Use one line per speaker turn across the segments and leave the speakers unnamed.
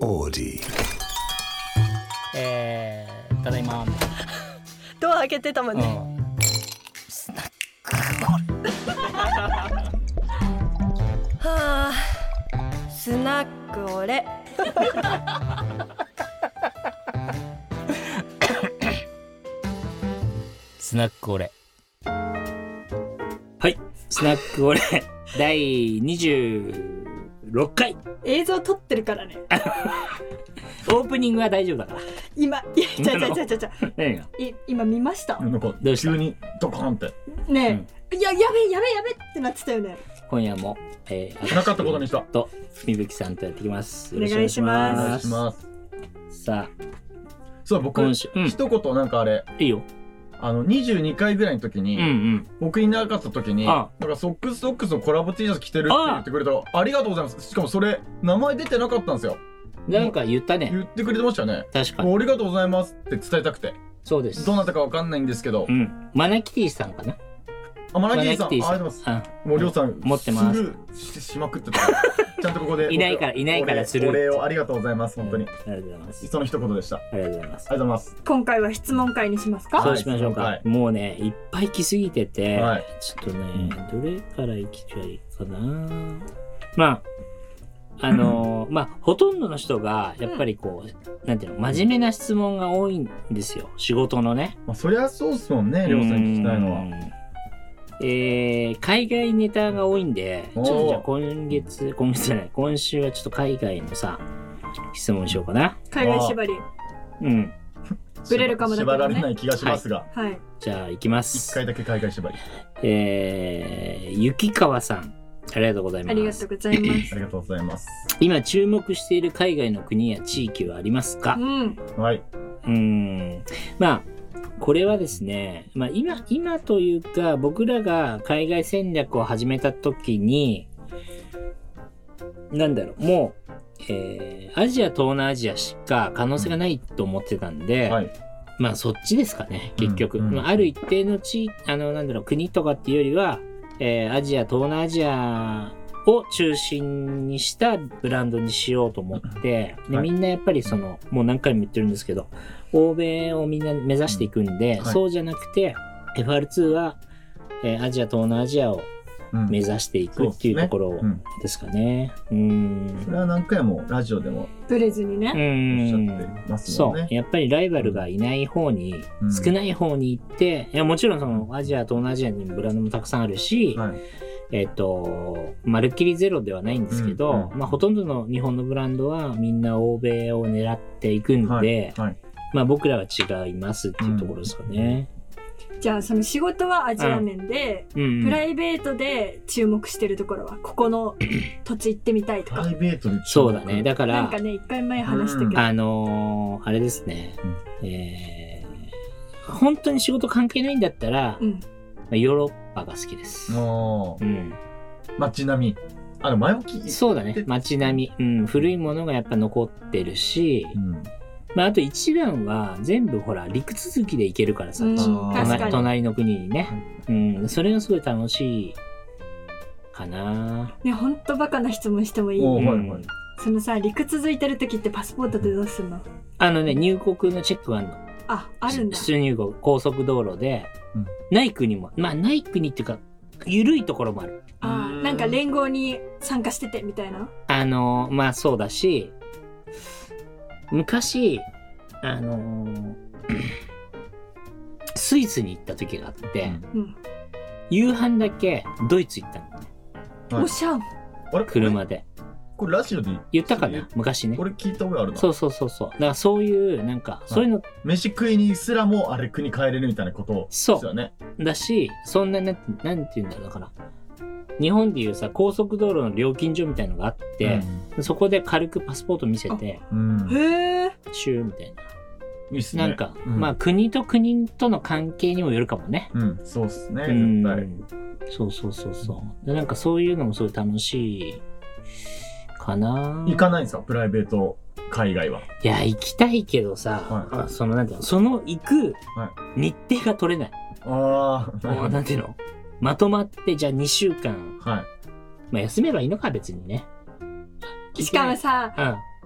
オーディ
えー、ただいま、
ドア開けてたもん
う
ね、
ん、
はあスナックオレ
スナックオレはいスナックオレ 第26回
映像撮ってるからね
オープニングは大丈夫だから
今いやちゃちゃちゃちゃちゃ
何が
い今見ました
なんか
どうした
急にドカーンって
ねえ、いややべえやべえやべえってなってたよね
今夜も、えー、
なかったことにした
とみぶきさんとやっていきます
お願いします
お願いします
すさあ
そう僕
今週うん
一言なんかあれ
いいよ
あの22回ぐらいの時
うん
に、
うん
僕いなかった時に
あ
なんかソックスソックスのコラボ T シャツ着てるって
あ
言ってくれたありがとうございますしかもそれ名前出てなかったんですよ
なんか言ったね
言ってくれてましたよね
確か
も
に
うありがとうございますって伝えたくて
そうです
どなたかわかんないんですけど
うんマナキティさんかな
あマナキーさんありがとう
マナ
ございま
キ
す
ティさん
もうりょうさん
持ってます
すぐししまくってたちゃんとここで
いないからいないからする
お礼をありがとうございます
うん
本当に
ありがとうございます
その一言でしたあ
ありがとうございます
りがとうございます
今回は質問会にします
は
か
い
そうしましょうか、
はい
もうねいっぱい来すぎてて、
はい
ちょっとねどれから行きゃいいかなまああのー まあほとんどの人がやっぱりこう、なんていうの真面目な質問が多いんですよ仕事のね
まあそりゃそうっすもんねりょうさんに聞きたいの
う
は
んえー海外ネタが多いんでちょ
お
っ
ー
とじゃあ今月今月じゃない今週はちょっと海外のさ質問しようかな
海外縛り
うん
ブレるかもだけど
縛
ね
られない気がしますが
はい
じゃあ行きます
一回だけ海外縛り
えー、雪川さん、ありがとうござい
あり
ま
が
す
と。うございます
ありがとうございます
今注目している海外の国や地域はありますか
うん
はい、
うん。まあ、これはですね、まあ今、今というか、僕らが海外戦略を始めた時に、なんだろう、もう、えーアジア、東南アジアしか可能性がないと思ってたんで、
はい、
まあそっちですかね結局、
うんうん
まあ、ある一定の地あのなんだろう国とかっていうよりは、えーアジア東南アジアを中心にしたブランドにしようと思って、で
は
み
い
んなやっぱりそのもう何回も言ってるんですけど欧米をみんな目指していくんで、
うんはい
そうじゃなくて FR2 は、えーアジア東南アジアを
うん
目指していくっていうところ
うん、
ですかね。うん
それは何回もラジオでも
ブレずに
う
ね
おっしゃ
ん
ってますも
そ
ん
う
ね、
やっぱりライバルがいない方に、
うん
少ない方に行って、いやもちろんそのアジアと同じアにブランドもたくさんあるし、
はい、
えっ、と、まるっきりゼロではないんですけど、
うんうん
まあほとんどの日本のブランドはみんな欧米を狙っていくんで、
はいはい
まあ僕らは違いますっていうところですかね。
じゃあその仕事はアジア面で、
うん、うん
プライベートで注目してるところはここの土地行ってみたいと
プ
か
ライベートで
そうだね。だか
な
ら、
んかね一回前話したけど、
うん
あのーあれですね、えー本当に仕事関係ないんだったら、
うん
まあヨーロッパが好きです。
も
うん
う街並みあの前も聞い
そうだね街並み、うん、古いものがやっぱ残ってるし、
うん、
まあ、あと一番は全部ほら陸続きで行けるからさ、
うん
あー
隣
確かに、
隣の国にね、うん、それがすごい楽しいかな
ね、ほんとバカな質問してもいい
お
うん
はいはい
そのさ陸続いてる時ってパスポートでどうすんの
あのね入国のチェックがあるの
ああるんだ
出入国高速道路で、
うん
ない国もまあない国っていうか緩いところもある
あーなんか連合に参加しててみたいな
あのまあそうだし昔あの スイスに行った時があって、
うん
うん
夕飯だけドイツ行ったの
はい
おしゃん
あれ
車で
これラジオで
言ったか
そ
な
う
昔ね
これ聞いた覚えあるな
そうそうそうそうだからそういうなんかそういうの
飯食いにすらもあれ国帰れるみたいなこと
そう
ですよね
だしそんななんてなんて言うんだろうだから日本でいうさ高速道路の料金所みたいのがあって、そこで軽くパスポート見せて
うん、うん、い
へえ
シューみたいな、
いっすね
なんか、
うん
まあ国と国との関係にもよるかもね
うんそうっすね
う
絶
ん
対
そうそうそうそうでなんかそういうのもすごい楽しいかな
行かないんですかプライベート海外はい
や行きたいけどさ、
は
そのなんていうのその行く
は
日程が取れない、
ああ
もうなんていうのまとまってじゃあ2週間、
はい
まあ、休めばいいのか別にね
しかもさ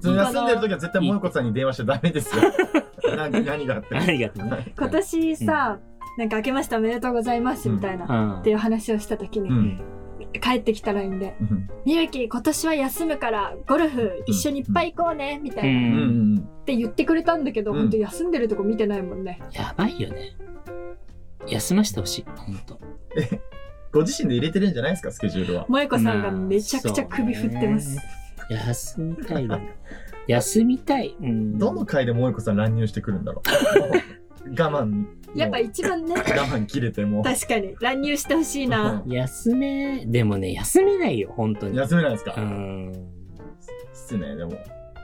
うん
その休んでる時は絶対萌子さんに電話しちゃダ メですよ何何があっても
ありがとうね。
今年さ、なんか明けましておめでとうございますみたいな、
う
っ
ん
ていう話をした時に、
うん
帰ってきた LINE で
うん
「みゆき今年は休むからゴルフ一緒にいっぱい行こうね」みた
う。
いな、
うんうんん
って言ってくれたんだけど、
うん
ほんと休んでるとこ見てないもんね
やばいよね。休ましてほしい。ほんと。
ご自身で入れてるんじゃないですかスケジュールは
萌子さんがめちゃくちゃ首振ってます、
ま休みたいわ。休みたい。うん。
どの回で萌子さん乱入してくるんだろうもう 我慢
やっぱ一番ね
我慢切れてもう
確かに乱入してほしいな
休め、でもね、休めないよ、本当に。
休めないですか、
う
っ
ん。
すねでも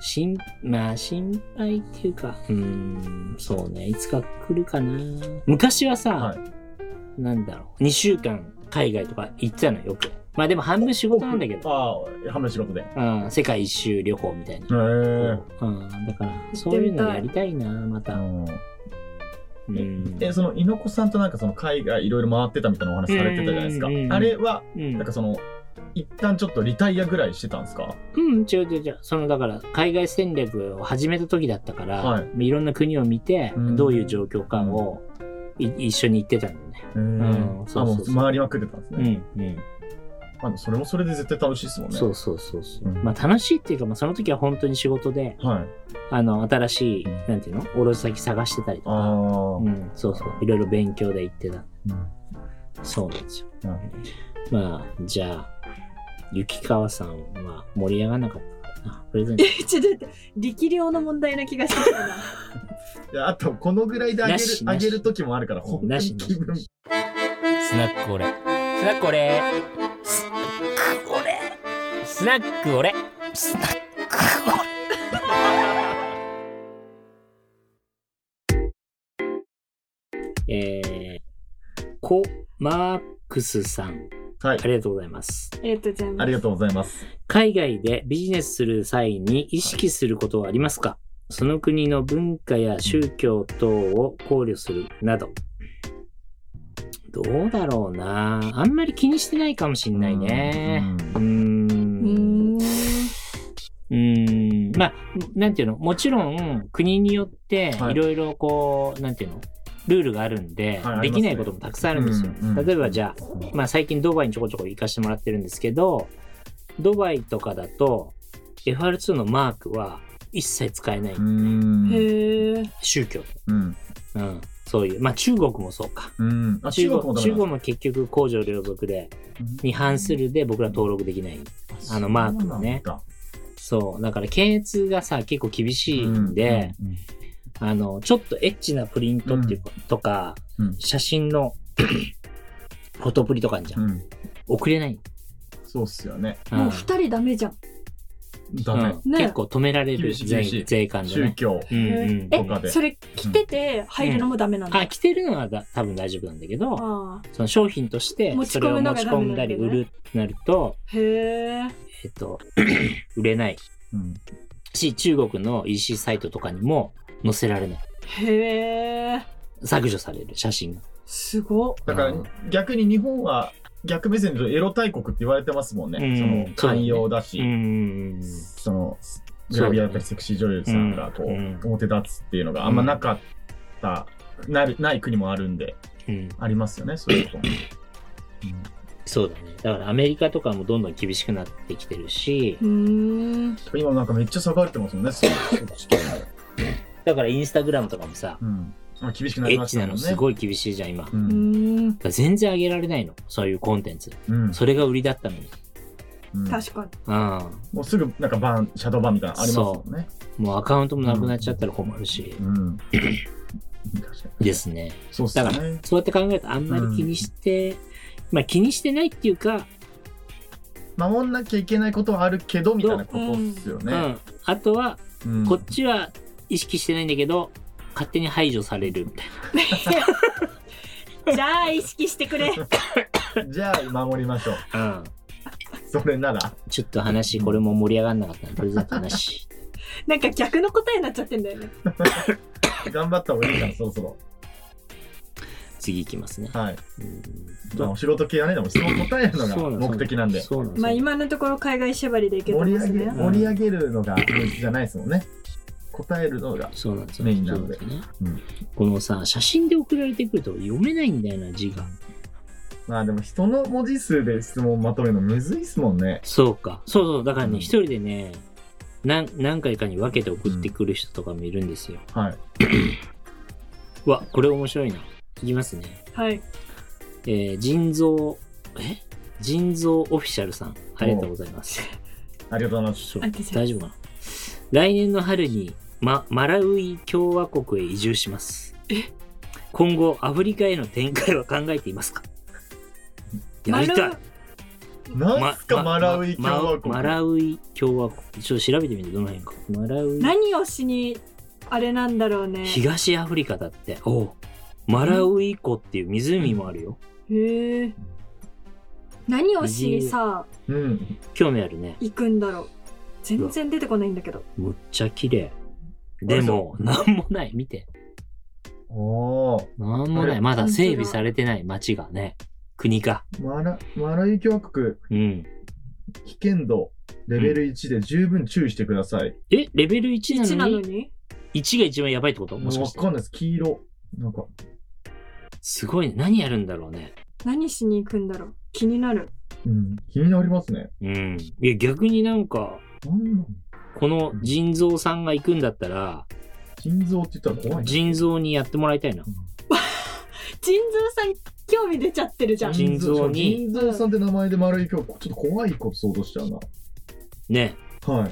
心、まあ、心配っていうか、うん、そうね、いつか来るかな。昔はさ、
は
なんだろう、2週間海外とか行ってたのよ、よく。まあでも半分仕事なんだけど、
ああ半分仕事でへ
うん、世界一周旅行みたいな。
え
うん、だから、そういうのやりたいな、また。うん
えその猪子さんとなんかその海外いろいろ回ってたみたいなお話されてたじゃないですか
うんうんうん
あれは
うん
なんかその一旦ちょっとリタイアぐらいしてたんですか
うん、違う違う違う。その、だから、海外戦略を始めた時だったから、、
はい
ろんな国を見て、
うん
どういう状況かを、い一緒に行ってたんだよね。
うん
そ
あ
う
も
そうそう
う回りまくってたんです
う
ね、
ん、うん。
まあ、それもそれで絶対楽しいですもんね
そうそうそうそう。
うん
まあ、楽しいっていうか、まあ、その時は本当に仕事で、
はい
あの、新しい、なんていうの卸先探してたりと
あ
か、
あ、
うん、そうそう。いろいろ勉強で行ってた。
うん
そうなんですよ。
なる
まあ、じゃあ、雪川さんは盛り上がらなかったからな。プレゼント
ちょっと待って力量の問題な気がして きたな
いやあとこのぐらいであげ
な
る
し
あ
なし
げる時もあるから本当
なし
に
なし
気 分
スナックオレ。スナックオレ。スナックオレ。スナックオレ。スナックオレ。えー、コマークスさん、
はい
ありがとうございます。
ありがとうござい
あ
ま
り
す
がとうございます
海外でビジネスする際に意識することはありますかその国の文化や宗教等を考慮するなど。どうだろうなあんまり気にしてないかもしんないね。うー
うー
ん。
ん
うーん。まあ、なんていうのもちろん国によって
はい
いろいろこう、なんていうのルールがあるんで、
はいありますね
できないこともたくさんあるんですよ。
うんうん
例えばじゃあ、まあ、最近ドバイにちょこちょこ行かしてもらってるんですけどドバイとかだと FR2 のマークは一切使えない
うんうん
へえ
宗教、
うん
うん、そういうまあ中国もそうか
うんあ中国もダメ
中
なん
国も結局公序良俗で
ですね
に反するで僕ら登録できないあのマークもね
そうなんだ
そうだから検閲がさ結構厳しいんで、
うんうんうん
あのちょっとエッチなプリントっていうか、とか、
うん
写真 のフォトプリとかあんじゃん、
うん、
送れない、
そうっすよね。
う
もうん二人ダメじゃん
ダメ。
うん
ね
結構止められる
厳しい厳し
税
い
税関で
宗
ね。
教。
うんうん、
え
とかで
それ着てて入るのもダメなんだ、
あ着てるのはだ多分大丈夫なんだけど
あ
その商品として
持ち
そ
込
れを
む
持
のが
ち込んだり
ダメ
売
なんだよね
るってなると,、
ーへえ
えっ と売れない
うん
し中国の EC サイトとかにも載せられない
へえ
削除される写真が
すごっ
だか
う
ら
ん
逆に日本は逆目線で言うとエロ大国って言われてますもんね。
うん
その寛容だ
うー
し、
ん
そのグラビアやっぱりセクシー女優さんがこ
そうだね
う表立つっていうのがあんまなかった、なるない国もあるんで、
うん
ありますよね、そういうこと。
そうだねだからアメリカとかもどんどん厳しくなってきてるし
うーん
うん今なんかめっちゃ下がれてますもんね、そうそうそう
だからインスタグラムとかもさ
うんあ厳しくな
エ
りま
ッ
し
チな
たもん
の
ね。
すごい厳しいじゃん今だか
う
うー
ん
ん
ら全然上げられないのそういうコンテンツ
うん
それが売りだったのに
うん
確かに
うん
もうすぐなんかバン、シャドーバンみたいなのありますもんね。
もうアカウントもなくなっちゃったら困るし、
うん。確かに
ですね。
そうっす
だ
よ
から
ね。、
そうやって考えるとあんまり気にして、まあ気にしてないっていうか、
守んなきゃいけないことはあるけどみたいなことっすよ
う
ね。
ん。あとは、
うん
こっちは意識してないんだけど、勝手に排除されるみたいな。
じゃあ意識してくれ
じゃあ守りましょう。
うん。
それなら。
ちょっと話、これも盛り上がんなかったなプレゼントなし。
なんか逆の答えになっちゃってんだよね
頑張った方がいいから、そろそろ。
次いきますね。
はい。
うん
まあ、お仕事系はね、でも質問答えるのが目的なんで。
そうなんです
まあ
よ。
今のところ海外縛りでいけて
盛り
ます
上げ、
ね。
盛り上げるのが目的じゃないですもんね。答えるのが。
そうなんですよ。
メインなんで
そうですね
うん
このさ、写真で送られてくると読めないんだよな、字が。
まあでも人の文字数で質問まとめるのむずいっすもんね。
そうか。そうそう。だから
うん
ね、一、人でね、何、何回かに分けて送ってくる人とかもいるんですよ。
はい。
うわ、これ面白いな。いきますね。
はい。
えー、腎臓、え腎臓オフィシャルさん。ありがとうございます。
ありがとうございます。
そう
ありがとうございます
大丈夫かな来年の春に、ま、マラウイ共和国へ移住します。今後、アフリカへの展開は考えていますかやりたい
なんすか、
ま
マラウイ共和国。
まマラウイ共和国。ちょっと調べてみて、どの辺か。マラウイ。
何をしにあれなんだろうね。
東アフリカだって。おうマラウイ湖っていう湖もあるよ。
へえ。何をしにさ
うん。
興味あるね。
行くんだろう。全然出てこないんだけど。
むっちゃ綺麗。でも、なんもない。見て。
おー。
なんもない。まだ整備されてない街がね。国か。
マラ、マラウイ共和国、
うん。
危険度、レベル1で十分注意してください。
え、レベル1
1
な
な
の
の
に
に
?1 が一番やばいってこと
も
も
う
し
わ
かして
か。んないです。黄色。なんか、
すごいね。何やるんだろうね。
何しに行くんだろう気になる。
うん。気になりますね。
うん。いや、逆になんか、
なんなの
この腎臓さんが行くんだったら、
腎臓って言ったら怖いな。
腎臓にやってもらいたいな。
腎臓さん興味出ちゃってるじゃん。
腎臓に
腎臓さんって名前で丸い今日ちょっと怖いこと想像しちゃう
ね。
なはい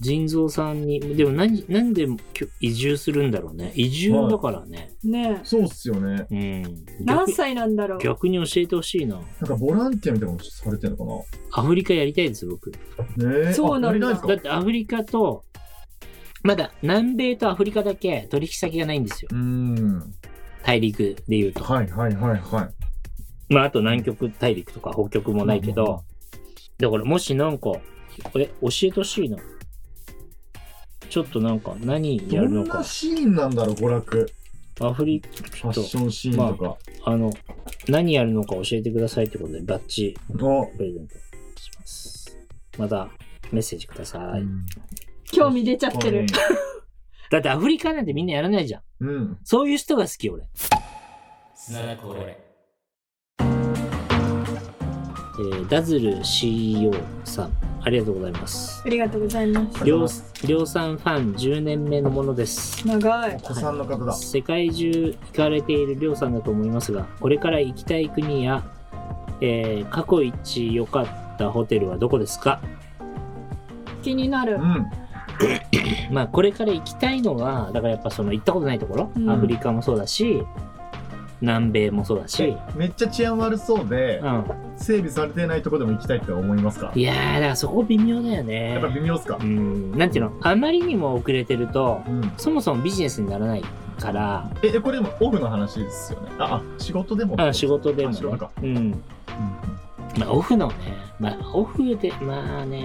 腎臓さんに、でも何、なんできょ移住するんだろうね。移住だからね。
ね
そうっすよね
うん。
え。何
逆
歳なんだろう
逆に教えてほしいな。
なんかボランティアみたいなことされてんのか
アフリカやりたいです、僕。
なねえ
そうなんだ
だ
あやりいん
っ
ですか
てアフリカと、まだ南米とアフリカだけ取引先がないんですよ。
うーん
大陸で言うと。
はいはいはいは
まあ、あと南極大陸とか北極もないけど、だからもしなんか、これ教えてほしいな。ちょっとなんか何
い
や
ど
る
ん
のか
な。シーンなんだろう娯楽
アフリ
ファ
カ
ッ
と、
ションシーンとか、
あの、何やるのか教えてくださいってことで、バッチ
あ
プレゼントします。またメッセージください。
うん
興味出ちゃってる。
だってアフリカなんてみんなやらないじゃん。
うん
そういう人が好き、俺。えーダズル CEO さん、ありがとうございます。
ありがとうございます。
ありがとう
量
ご
量
ざい
産
ます
ファン10年目のものです。
長い。
お子さんの方だ、
世界中行かれているりょうさんだと思いますがこれから行きたい国や、えー過去一良かったホテルはどこですか
気になる。
まあこれから行きたいのはだからやっぱその行ったことないところ、
うん
アフリカもそうだし南米もそうだし、
うんめっちゃ治安悪そうで
うん、
整備されてないとこでも行きたいって思いますか
いやーだからそこ微妙だよね
やっぱ微妙っすか
うんなんていうのあまりにも遅れてると
うん
そもそもビジネスにならないから
ええこれでもオフの話ですよねああ仕事でも
あ仕事でも、
あ仕事か
うん
うん
まあ、オフのね、まあ、オフで、まあね、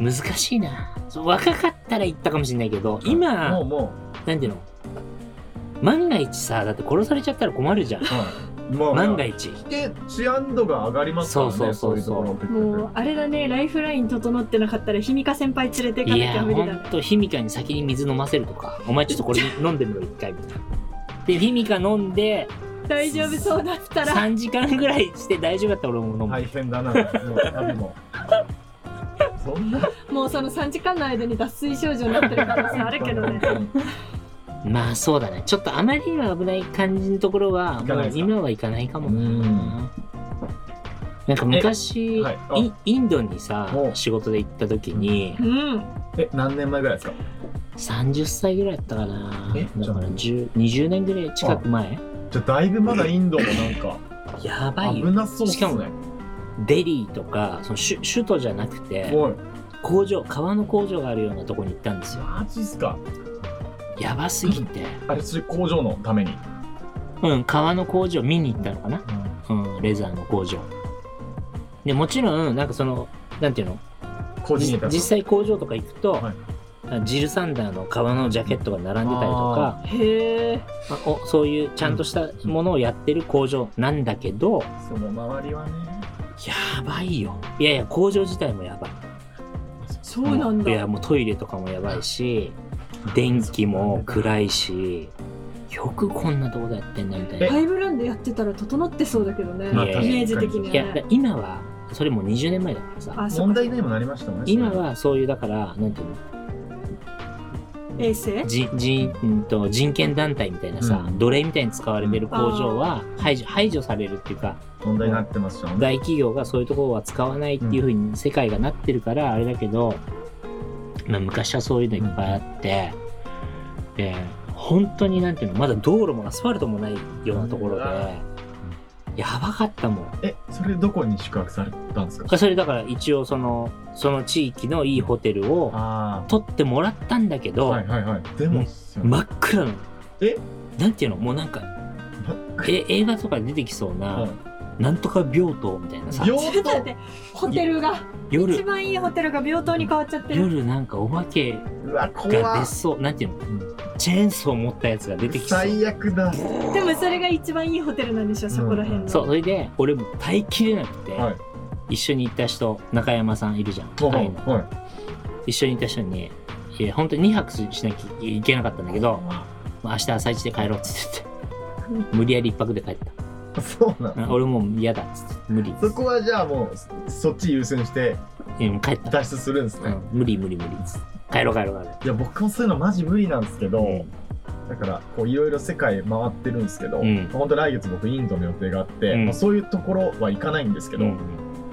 難しいな。そう若かったら行ったかもしれないけど、
も
今
う、も
なんていうの万が一さ、だって殺されちゃったら困るじゃん
う、。はい、も う
万が一。
で治安度が上がりますからね
そうそうそうそう
いうところ
もうあれだね、ライフライン整ってなかったら、ひみか先輩連れていか
い
なきゃ
や、
無
ほ
理だね
ん。と、ヒミカに先に水飲ませるとか、お前ちょっとこれ飲んでみろ、一回、みたいな。で、ヒミカ飲んで、
大丈夫そうだったら、
3時間ぐらいして大丈夫だったら俺も飲む。
大変だなもう旅もそんな
もうその3時間の間に脱水症状になってる可能性あるけど ね。
まあそうだね。ちょっとあまりにも危ない感じのところは、
行か
も
ないうですか
今は行かないかもな。
うん
なんか昔、
えはいあ
インインドにさ
お、
仕事で行った時に、
うん。
え何年前ぐらいですか
30歳ぐらいだったかな。
え
だから10 20年ぐらい近く前。
じゃあだいぶまだインドもなんか
やばい
危
よ。
なそうっす
し
ね
かもデリーとか、その首首都じゃなくて、
おい
工場、川の工場があるようなとこに行ったんですよ。
マジっすか
やばすぎて。
あれそれ工場のために、
うん、川の工場見に行ったのかな。うん、レザーの工場。でもちろん、なんかその、なんていうの
個人
実
で
実際工場とか行くと、
はい
ジル・サンダーの革のジャケットが並んでたりとか
へえ。
まあおそういうちゃんとしたものをやってる工場なんだけど
その周りはね
やばいよいやいや工場自体もやばい
そうなん
いや
だ。
もうトイレとかもやばいし電気も暗いしよくこんなとこでやってんなみたいな
ファイブランドやってたら整ってそうだけどね。イ
まあ
い
メ
や
ージ的に
いや
は
だ
ね。
今はそれもう20年前だからさ
あ、そ
問
うか。
題にもなりましたもんね
今はそういうだからなんていうの
衛星？
人人うんと人権団体みたいなさ、
うん
奴隷みたいに使われてる工場は排除排除されるっていうか
問題になってますよね
大企業がそういうところは使わないっていうふうに世界がなってるからあれだけど、まあ、昔はそういうのいっぱいあって、で本当になんていうのまだ道路もアスファルトもないようなところ
う
で
わ
やばかったもん。
えそれどこに宿泊されたんですか
それだから一応そのその地域のいいホテルを
あ
取ってもらったんだけ
あ
ど、
はいはいはいでもっすよね
真っ暗なの。
え
なんていうのもうなんか
真っ
え映画とかで出てきそうな、
はい
なんとか病棟みたいなさ
病
ちょっと待って。ホテルが一
夜
番いいホテルが病棟に変わっちゃってる。
夜なんかお化け
うわ
が
怖
出
っ
そうなんていうの
うん
チェーンソー持ったやつが出てきそう
最悪だ
でもそれが一番いいホテルなんでしょ。そこら辺の。
そうそれで俺も耐えきれなくて、
はい
一緒に行った人中山さんいるじゃん、タイの
はい
一緒に行った人にいや本当に2泊しなきゃいけなかったんだけどまあ明日朝一で帰ろうっつって言 って無理やり一泊で帰った
そうな
う
の
ん俺もう嫌だっつって無理っつ
そ
っ
こはじゃあもうそそっち優先して
てうん帰った、
脱出するんです
う
ね、
ん無理無理無理っつって帰ろう帰ろう帰ろう
いや僕もそういうのマジ無理なんですけど、
うん
だからこういろいろ世界回ってるんですけど、
うん
本当来月僕インドの予定があって、
うん
まあ、そういうところは行かないんですけど、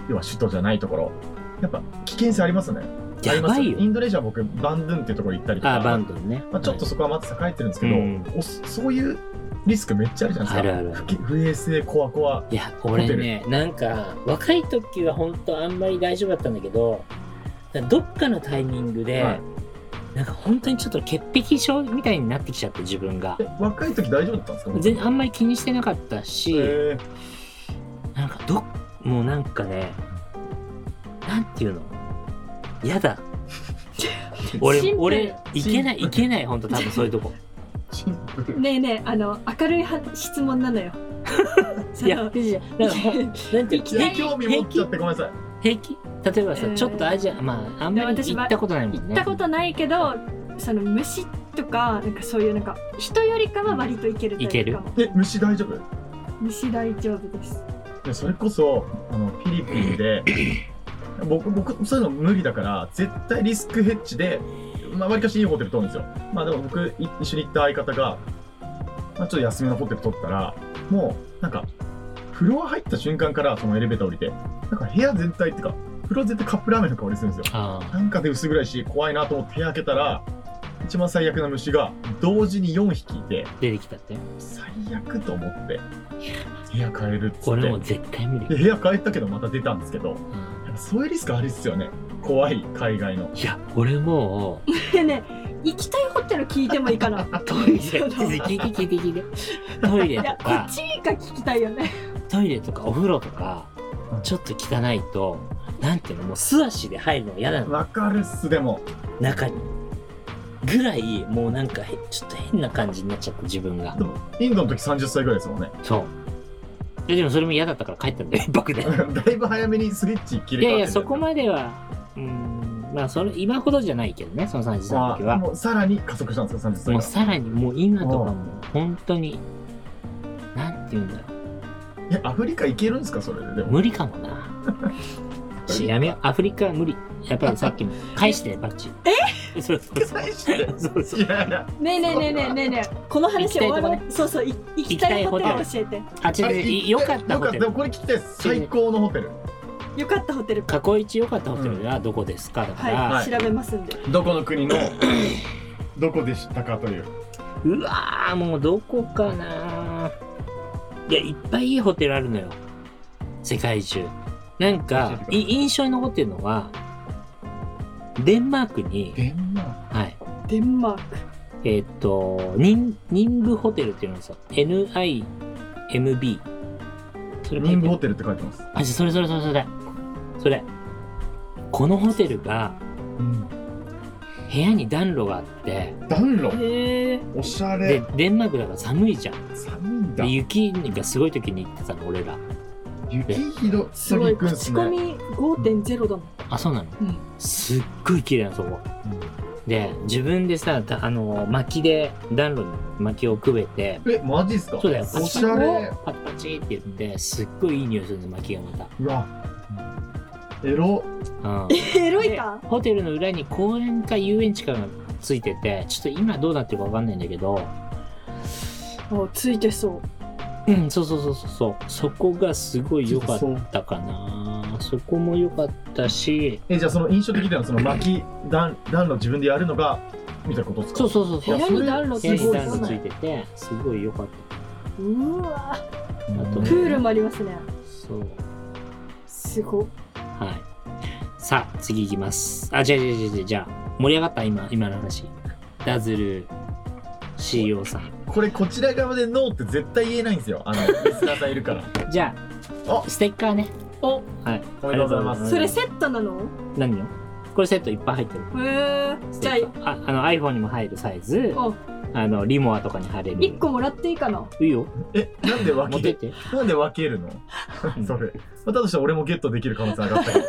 要は首都じゃないところやっぱ危険性ありますね
やば
あり
い
ま
よ
すインドネシア僕バンドゥンっていうところ行ったりとか
あバンドンね、
まあ、ちょっとそこはまた栄えてるんですけど、
うん
おそういうリスクめっちゃあるじゃない
あ
で
るあ
すか
るある
不不衛生コアコア
いや俺ねなんか若い時は本当あんまり大丈夫だったんだけどどっかのタイミングで、
はい
なんか本当にちょっと潔癖症みたいになってきちゃって自分が
え若い時大丈夫だったんですか僕
全あんまり気にしてなかったし、
え
なんかどもうなんかねなんていうのやだ
シン
俺
プル
俺いけない
シ
い
ンプル
けない本当多分そういうと こ
ーシンプル
ねえねえあの明るいは質問な のよ。そ
いや
の
いやなん かほんなんていうの
いや 興味持っちゃってごめんなさい
平気例えばさ、
うん
ちょっとアジアまああんまり
でも私は
行ったことないもんね
行ったことないけど、その虫とかなんかそういうなんか人よりかは割といけるタイプ
いける
かも
え虫大丈夫
虫大丈夫です
いやそれこそあのフィリピンで僕僕そういうの無理だから絶対リスクヘッジでまあわりかしいいホテル取るんですよまあでも僕い一緒に行った相方が、まあ、ちょっと安めのホテル取ったらもうなんかフロア入った瞬間からそのエレベーター降りてなんか部屋全体ってかフロア全体カップラーメンの香りするんですよ
ああ
なんかで薄暗いし怖いなと思って部屋開けたら一番最悪な虫が同時に4匹いて
出てきたって
最悪と思って部屋変えるっつって
俺も絶対無理、
で部屋変えたけどまた出たんですけど
うん
そういうリスクありっすよね怖い海外の
いや俺もう
でね行きたいホテル聞いてもいい かな
ト イレ
そうだ
聞いて聞いて聞いてトイ
い
レ
や
と
こ
か
っちが聞きたいよね
トイレとかお風呂とか
うん
ちょっと汚いとなんていうのもう素足で入るの嫌なの
わかるっすでも
中にぐらいもうなんかへちょっと変な感じになっちゃった自分が
でもインドの時30歳ぐらいですもんね
そうででもそれも嫌だったから帰ったんだよ一泊で
だいぶ早めにスイッチ切
い
り替わ
や
って
いやそこまではうんまあそれ今ほどじゃないけどねその30歳の時
あ
は
もうさらに加速したんですか30歳
も
が
うさらにもう今とかも本当になんて言うんだろう
えアフリカ行けるんですかそれででも
無理かも な。しやめよう。アフリカは無理。やっぱりさっきも。返して、バッチ。えそうそうそう。
返して
そうそう
いやいや
ねえねえねえねえねえねえこの話終わろ
行きたいと
うそうそうい行きたいホテル教えて
あ、違う
あれ
違う
行
い。よかったホテ
よ
ル。
かこれ聞きたいです最高のホテル
よかったホテル
過去一良かったホテルはどこですかだか
はい、
ら、
い
調べますんで
どこの国のどこでしたかという
うわー、もうどこかな。いや、いっぱいいいホテルあるのよ。世界中。なんか、
教えてください
い印象に残ってるのは、デンマークに、
デンマーク
はい。
デンマーク
えーっと、任任部ホテルっていうのさ、NIMB。それ書いてある
ニンブホテルって書いてます、
あ、じゃあそれそれそれそれ。それ。このホテルが、
うん、
部屋に暖炉があって
暖炉
へえ
おしゃ
で
れ
デンマークだから寒いじゃん
寒いんだ
で雪がすごい時に行ってたの俺ら
雪ひど
す
す
ご
ぎ
い
くんす
口コ
ね
ミ5.0だもん
あそうなの、
うん
すっごい綺麗なとこで自分でさたあの薪で暖炉に薪をくべて
えマジっすか
そうだよ
おしゃれ
パチパチって言ってすっごいいい匂いするの薪がまた、
うわエロ
うん、
エロいか
ホテルの裏に公園か遊園地かがついててちょっと今どうなってるかわかんないんだけど
おついてそ
うんそうそうそうそうそうそこがすごい良かったかなそこも良かったし
えじゃあその印象的なのはその薪暖暖炉自分でやるのがみたいなことですか
そうそうそう
い
そう
部
や
屋
それ
に暖炉
部
つ
屋
い
に
てそう
暖炉ついててすごい良かっ
うわ
あと
プールもありますね
たそう
すご
はいさあ次いきますあじゃあじゃあじゃあじゃあ盛り上がった今今の話ダズル CEO さん
これこちら側でノーって絶対言えないんですよあのリスナーさんいる から
じゃあ
お
ステッカーね
お
はい
おめでとうございます
それセットなの
何よこれセットいっぱい入ってる
へえじゃあ
ああの iPhone にも入るサイズ
お
あのリモアとかに貼れる
1個もらっていいかない
いよ
えなんで
持ってっ
分け
て
なんで分けるの
うん
それ、まあ、だとしたら俺もゲットできる可能性上がったけど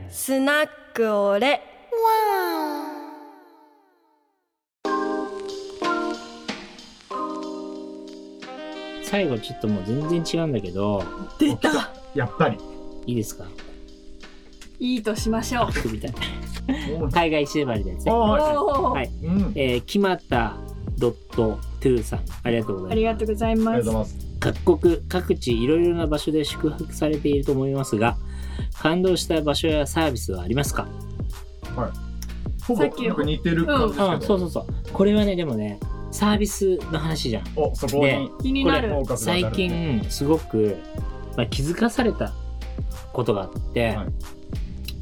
スナックオレ
最後ちょっともう全然違うんだけど
出た
やっぱり
いいですか
いいとしましょう
首痛い
もう
海外縛りのやつね
ああ
おお
は
あ
い
うん
えー、決まったドットトゥーさんありがとうございます
りがとうござい
ありが
ま
と
す
うございます
各国各地いろいろな場所で宿泊されていると思いますが感動した場所やサービスはありますか
ほぼ
さっきの
なんか似てる感じ
あ
ですけ
そ
ど、
うそうそうこれはねでもねサービスの話じゃん
おそこに
気になる
これ
最近すごく、まあ、気づかされたことがあって、
はい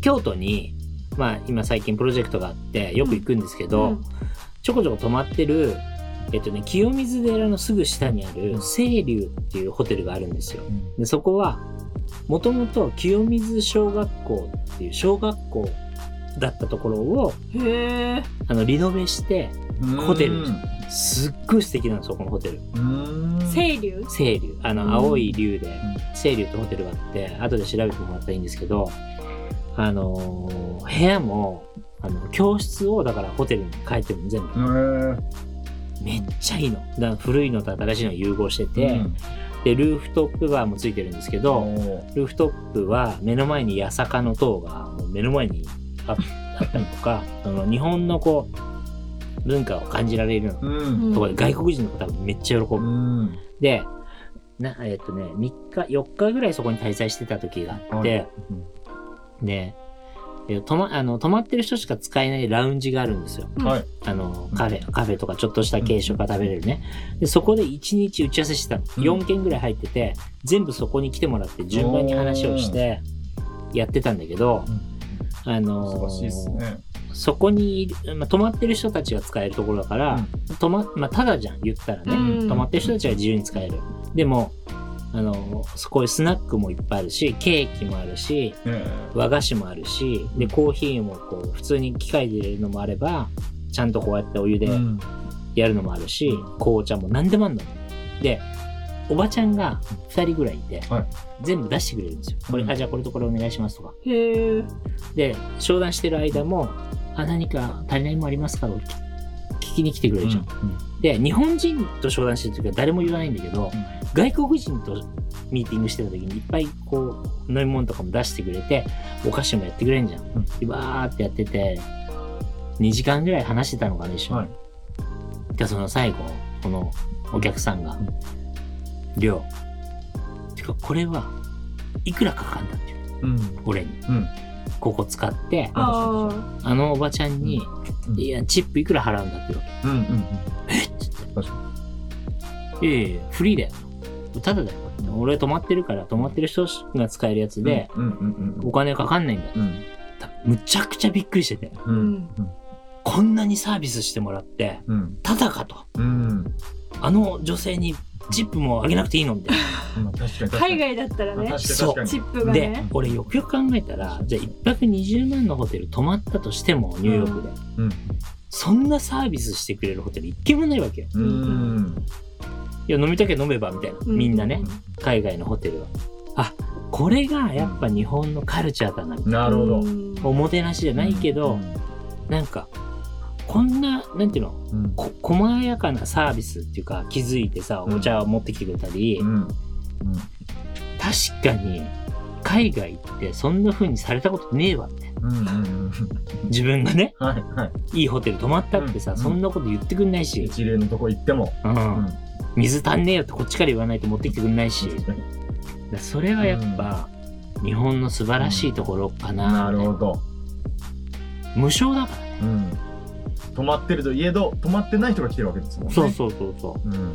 京都に、まあ、今最近プロジェクトがあってよく行くんですけど、
うん
ちょこちょこ泊まってる、えっとね、清水寺のすぐ下にある清流っていうホテルがあるんですよ。
うん
でそこはもともと清水小学校っていう小学校だったところを
へえ
あのリノベしてホテルすっごい素敵なんですよこのホテル。
うん
清流
清流あ
うん
の青い竜で
ん
清流ってホテルがあって後で調べてもらったらいいんですけどあのー部屋もあの教室をだからホテルに変えてるの全部
へー
めっちゃいいのだから古いのと新しいの融合してて、
うん
でルーフトップバーもついてるんですけど、
おー
ルーフトップは目の前に八坂の塔がもう目の前にああったりと かその日本のこう文化を感じられるような
うん
ところで外国人の方もめっちゃ喜ぶ、
うん
で、なえっ、とね、3日、4日ぐらいそこに滞在してた時があっ
は
て
い、うん
で、え泊まあの泊まってる人しか使えないラウンジがあるんですよ。
はい
あのカフェ、カフェとかちょっとした軽食が食べれるね。で、そこで1日打ち合わせしてたの。
うん
4件ぐらい入ってて、全部そこに来てもらって順番に話をしてやってたんだけど、あの
忙しいっすね
そこにいる、まあ、泊まってる人たちが使えるところだから、泊ままあ、ただじゃん言ったらね、
うん
泊まってる人たちが自由に使えるでもあのそこにスナックもいっぱいあるしケーキもあるし
ね
和菓子もあるしでコーヒーもこう普通に機械で入れるのもあればちゃんとこうやってお湯で
うん
やるのもあるし、紅茶も何でもあるのでおばちゃんが2人ぐらいいて、
はい
全部出してくれるんですよこれ、
うん
あじゃあこれとこれお願いしますとか
へえ
で商談してる間も「あ何か足りないもんありますか?」と聞きに来てくれるじゃん。で日本人と商談してる時は誰も言わないんだけど、
うん
外国人とミーティングしてた時にいっぱいこう飲み物とかも出してくれてお菓子もやってくれんじゃん。
うん
でわーってやってて2時間ぐらい話してたのかな一緒に。
はい
でその最後このお客さんが
ん
「量てかこれはいくらかかんだ?」って言う
うん
俺に、
うん
ここ使って
ああ
あのおばちゃんに、
うん
いや、チップいくら払うんだって言うわ
うんうんうん
け。いやいやいやフリーだよ。ただだよ。俺泊まってるから、泊まってる人が使えるやつで、
うんうんうん
お金かかんないんだよ。
うん
むちゃくちゃびっくりしてて、
う
うんん
こんなにサービスしてもらって、
うん
ただかと。
うん
あの女性にチップもあげなくていいのみたい
まあ確かに確か
海
に。
外だったらね
まあ確かに
そう
確かに。
チップが
な。で
ね、
俺よくよく考えたら、じゃあ1泊20万のホテル泊まったとしても、ニューヨークで。
うん
そんなサービスしてくれるホテル一軒もないわけよ。
うーん。
いや、飲みたけ飲めばみたいな。みんなね、海外のホテルは。あ、これがやっぱ日本のカルチャーだな、みたい
なるほど。
なおもてなしじゃないけど、なんか、こんな、なんていうの、
うん。
こ細やかなサービスっていうか気づいてさ
うん
お茶を持ってきてくれたり、
うん。うん。
確かに海外ってそんな風にされたことねえわって
うん。うんうん。
自分がね
はいはい。
いいホテル泊まったってさ、
うん
そんなこと言ってくんないし、
一流のとこ行っても。
うん
うん。
水足んねえよってこっちから言わないと持ってきてくんないしだからそれはやっぱ、日本の素晴らしいところかな
なるほど。
無償だからね
うん。止まってるといえど、止まってない人が来てるわけですもんね。。
そうそうそうそう
うん。
う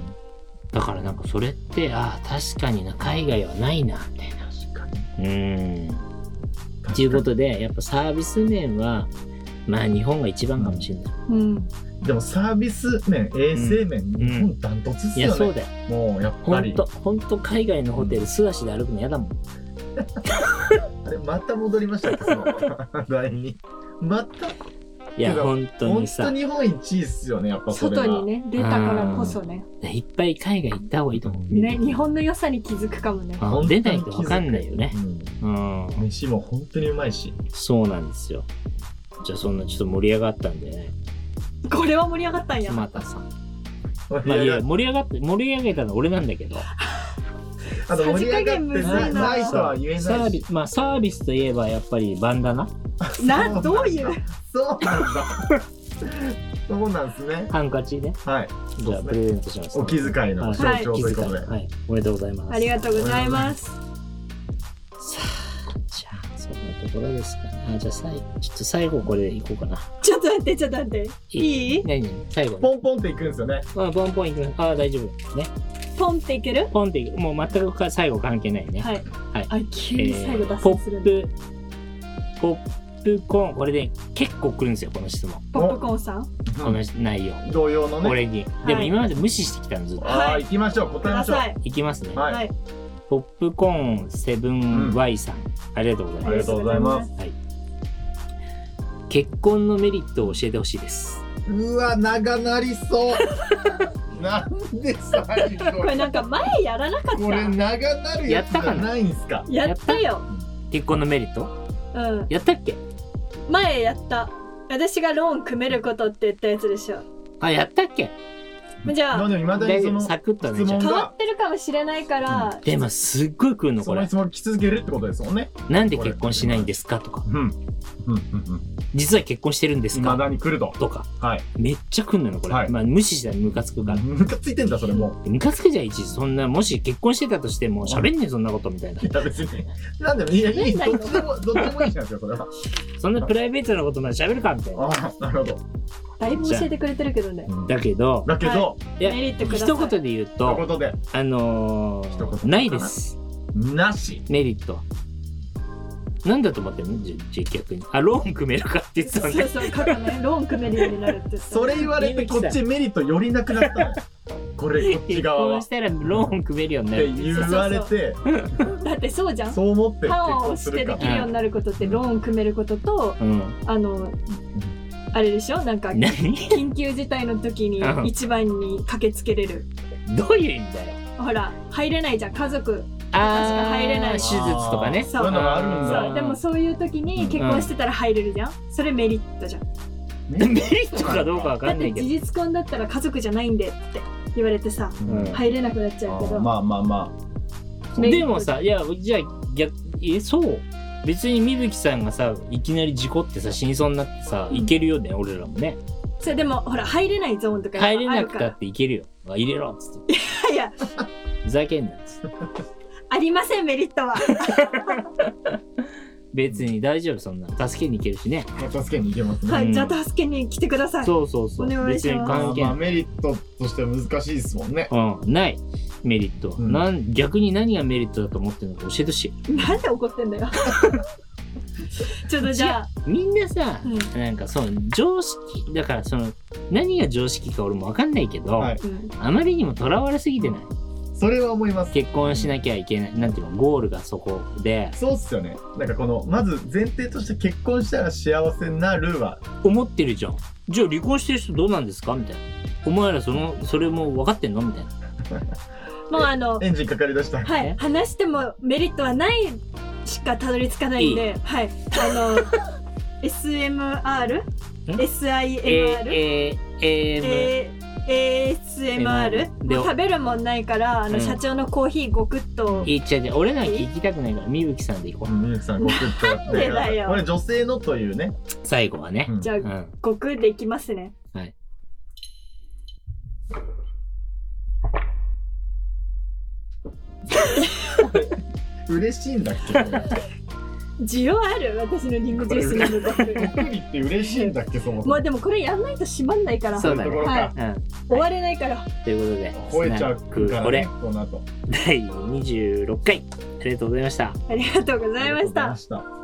だからなんかそれってああ確かにな海外はないなみたいな
確かに。
うんということでやっぱサービス面はまあ日本が一番かもしれない、
うん
でもサービス面、衛生面、
ん
日本ダントツっす
いや
よ
そ
ね
う。だよ
もうやっぱ
本
り
当。本当海外のホテル素足で歩くの嫌だもん
あれ、また戻りましたっけ、その ラインに。また、
いや
けど
本当
本
にさ
当日本一位っすよね、やっぱそれは。
外にね出たからこそね
いっぱい海外行った方がいいと思う、
ね日本の良さに気づくかもね
あ
本当
出
に
ないと分かんないよねうん
うん。飯も本当にうまいし。
そうなんですよじゃあそんなちょっと盛り上がったんでね
これは盛り上がったんや
鎌田さん、まあ、い
盛り
や
上が
盛り上がって盛り上げたのは俺なんだけど
あと盛り上がって
さじ加減
な
むずい
い
な
ない人は言え
サ
な
ー
い
ビ
し。
スまあサービスといえばやっぱりバンダナ
などういう
そうなんだ。そうなんですね。
ハンカチね
はい。
じゃあプレゼントします、
お気遣いの象
はい
徴
気
という
づ
こ
か
と
な
で
い。はい、おめでとうございます。
ありがとうございます
さあ、じゃあ、そんなところですかね。あじゃあ、最後、ちょっと最後これでいこうかな。
ちょっと待ってちょっと待っていい
何何最後に。
ポンポンっていくんですよね。
あ、ポンポンいく。あ、大丈夫。ね。
ポンっていける
ポンっていく。もう全くか最後関係ないね。
はい
はい
あ急に最後
えー
脱
ポ
線する
ップ、ポップコーン。これで結構来るんですよ、この質問。
ポップコーンさん
この内容。
同様のね。
俺に。でも今まで無視してきたの、ずっと。
あ
は
あ、
い
行きましょう。
く
答え
だ
ましょう。
さい
いきますね。
はい。
はい
ポップコーンセブン Y さん。ありがとうございます
ありがとうございます。
結婚のメリットを教えてほしいです。
うわ、長なりそう。 なんで最後。
これなんか前やらなかっ
これ
た
長なるやつじゃないんすか。
やったよ
結婚のメリット
うん
やったっけ
前やった私がローン組めることって言ったやつでしょ
あ、やったっけ
じゃあ
まあでも未だ
大丈
にそ
夫、
の
サクッとね。
質
じゃ
問
あ
変わってるかもしれないから
でも、すっごい来るの、
そ
こ
の
れ。
質問を聞き続けるってことですもんね。
なんで結婚しないんですかとか
う。ん。うんうんうん。
実は結婚してるんです
未だ
か
に来ると。
とか。
はい。
めっちゃ来んのよ、こ
は
れ。
い
まあ、無視したらムカつくから。
ムカついてんだそれも
ムカつくじゃん、一時そんな、もし結婚してたとしても、喋んねえ、そんなこと、みたいな
う。い。や別に。なんでもいやいい。
なんだよ
どっちでもどっちでもいいじゃないですかそれは。
そんなプライベートなことまで喋るか、みたいな。
ああなるほど。
だいぶ教えてくれてるけどね
だけど、
だけど
いや
メリットください
一言で言う、
ということとで
あの
一言か
ー、
な
ないです。
なし。
メリット。なんだと思ってるのじゃじゃ逆に。あ、ローン組めるかって言ってた
そ
ん
う
で
そう過去ねローン組めるようになるって言った
それ言われてこっちメリットよりなくなったの よ。これこっち
結
側は。
婚
っ
してたらローン組めるようになるって
言われて
だってそうじゃん
そう思って結
パンを
婚
押
す
してで
るか
きるようになることってローン組めることと
うん
あのあれでしょなんか
何
緊急事態の時に
うん
一番に駆けつけれる
どういう意味だよ
ほら入れないじゃん家族
あー
確か入れない
手術とかね
そういうのがあるん
そう
だ
でもそういう時に結婚してたら入れるじゃんそれメリットじゃん
メリットかどうかわ
だ
か
っ
んな
て
いけ
事
ど
実婚だったら家族じゃないんでって言われてさ
うん
入れなくなっちゃうけど、
まあまあま
メリッ
で
ト
もさいやじゃあ逆えそう別にみぶきさんがさいきなり事故ってさ死にそうになってさいけるよね俺らもね
それでもほら入れないゾーンとか
入れ
あ
な
る
く
か
た
ら
っていけるよあ入れろっつって
いや
ふざけんなっつって
ありませんメリットは
別に大丈夫そんな助けに行けるしね
あ助けに行けますね。
は
うん
いじゃあ助けに来てください
そうそうそう
お願い
別
し
に
ま
関係
ま
な
あ
い
メリットとしては難しいですもんね。
うんないメリットは
うん
なん逆に何がメリットだと思ってるのか教えてほしい
なんで怒ってん だよちょっとじゃあ
みんなさ、
うん
なんかその常識だからその何が常識か俺も分かんないけど、
はい
うん
あまりにもとらわれすぎてない
それは思います。
結婚しなきゃいけないなんていうのゴールがそこで
そうっすよね。なんかこの、まず前提として結婚したら幸せになるは、
思ってるじゃんじゃあ離婚してる人どうなんですかみたいなお前らそのそれも分かってんのみたいな
もうあの
エンジンかかりだした。
はい話してもメリットはないしかたどり着かないんではいあ の SMR
ん
SIMR
えー、えー、え
A- ASMR
で
食べるもんないからあ
う
の
ん
社長のコーヒーごくっと
ー、いっちゃう違う俺なんか聞きたくないからみぶきさんでいこ
う
うん
みゆきさん、ごくっとやってくださ
なんで
い
だよ
これ女性のというね。
最後はね
うん
じゃあ
うん、
ごくできますね
嬉しいんだっけこれ
需要ある私のリンゴジュース飲むごく
特にって嬉しいんだっけそ もそ
も
も
う。でもこれやんないと閉まんないから
そ
終
うだね
ところ
はい
か。
うん、
われないから
ということで
吠えちゃう
スナック
から
俺
ね、この後。
第26回ありがとうございました
ありがとうございました
ありがとうございました。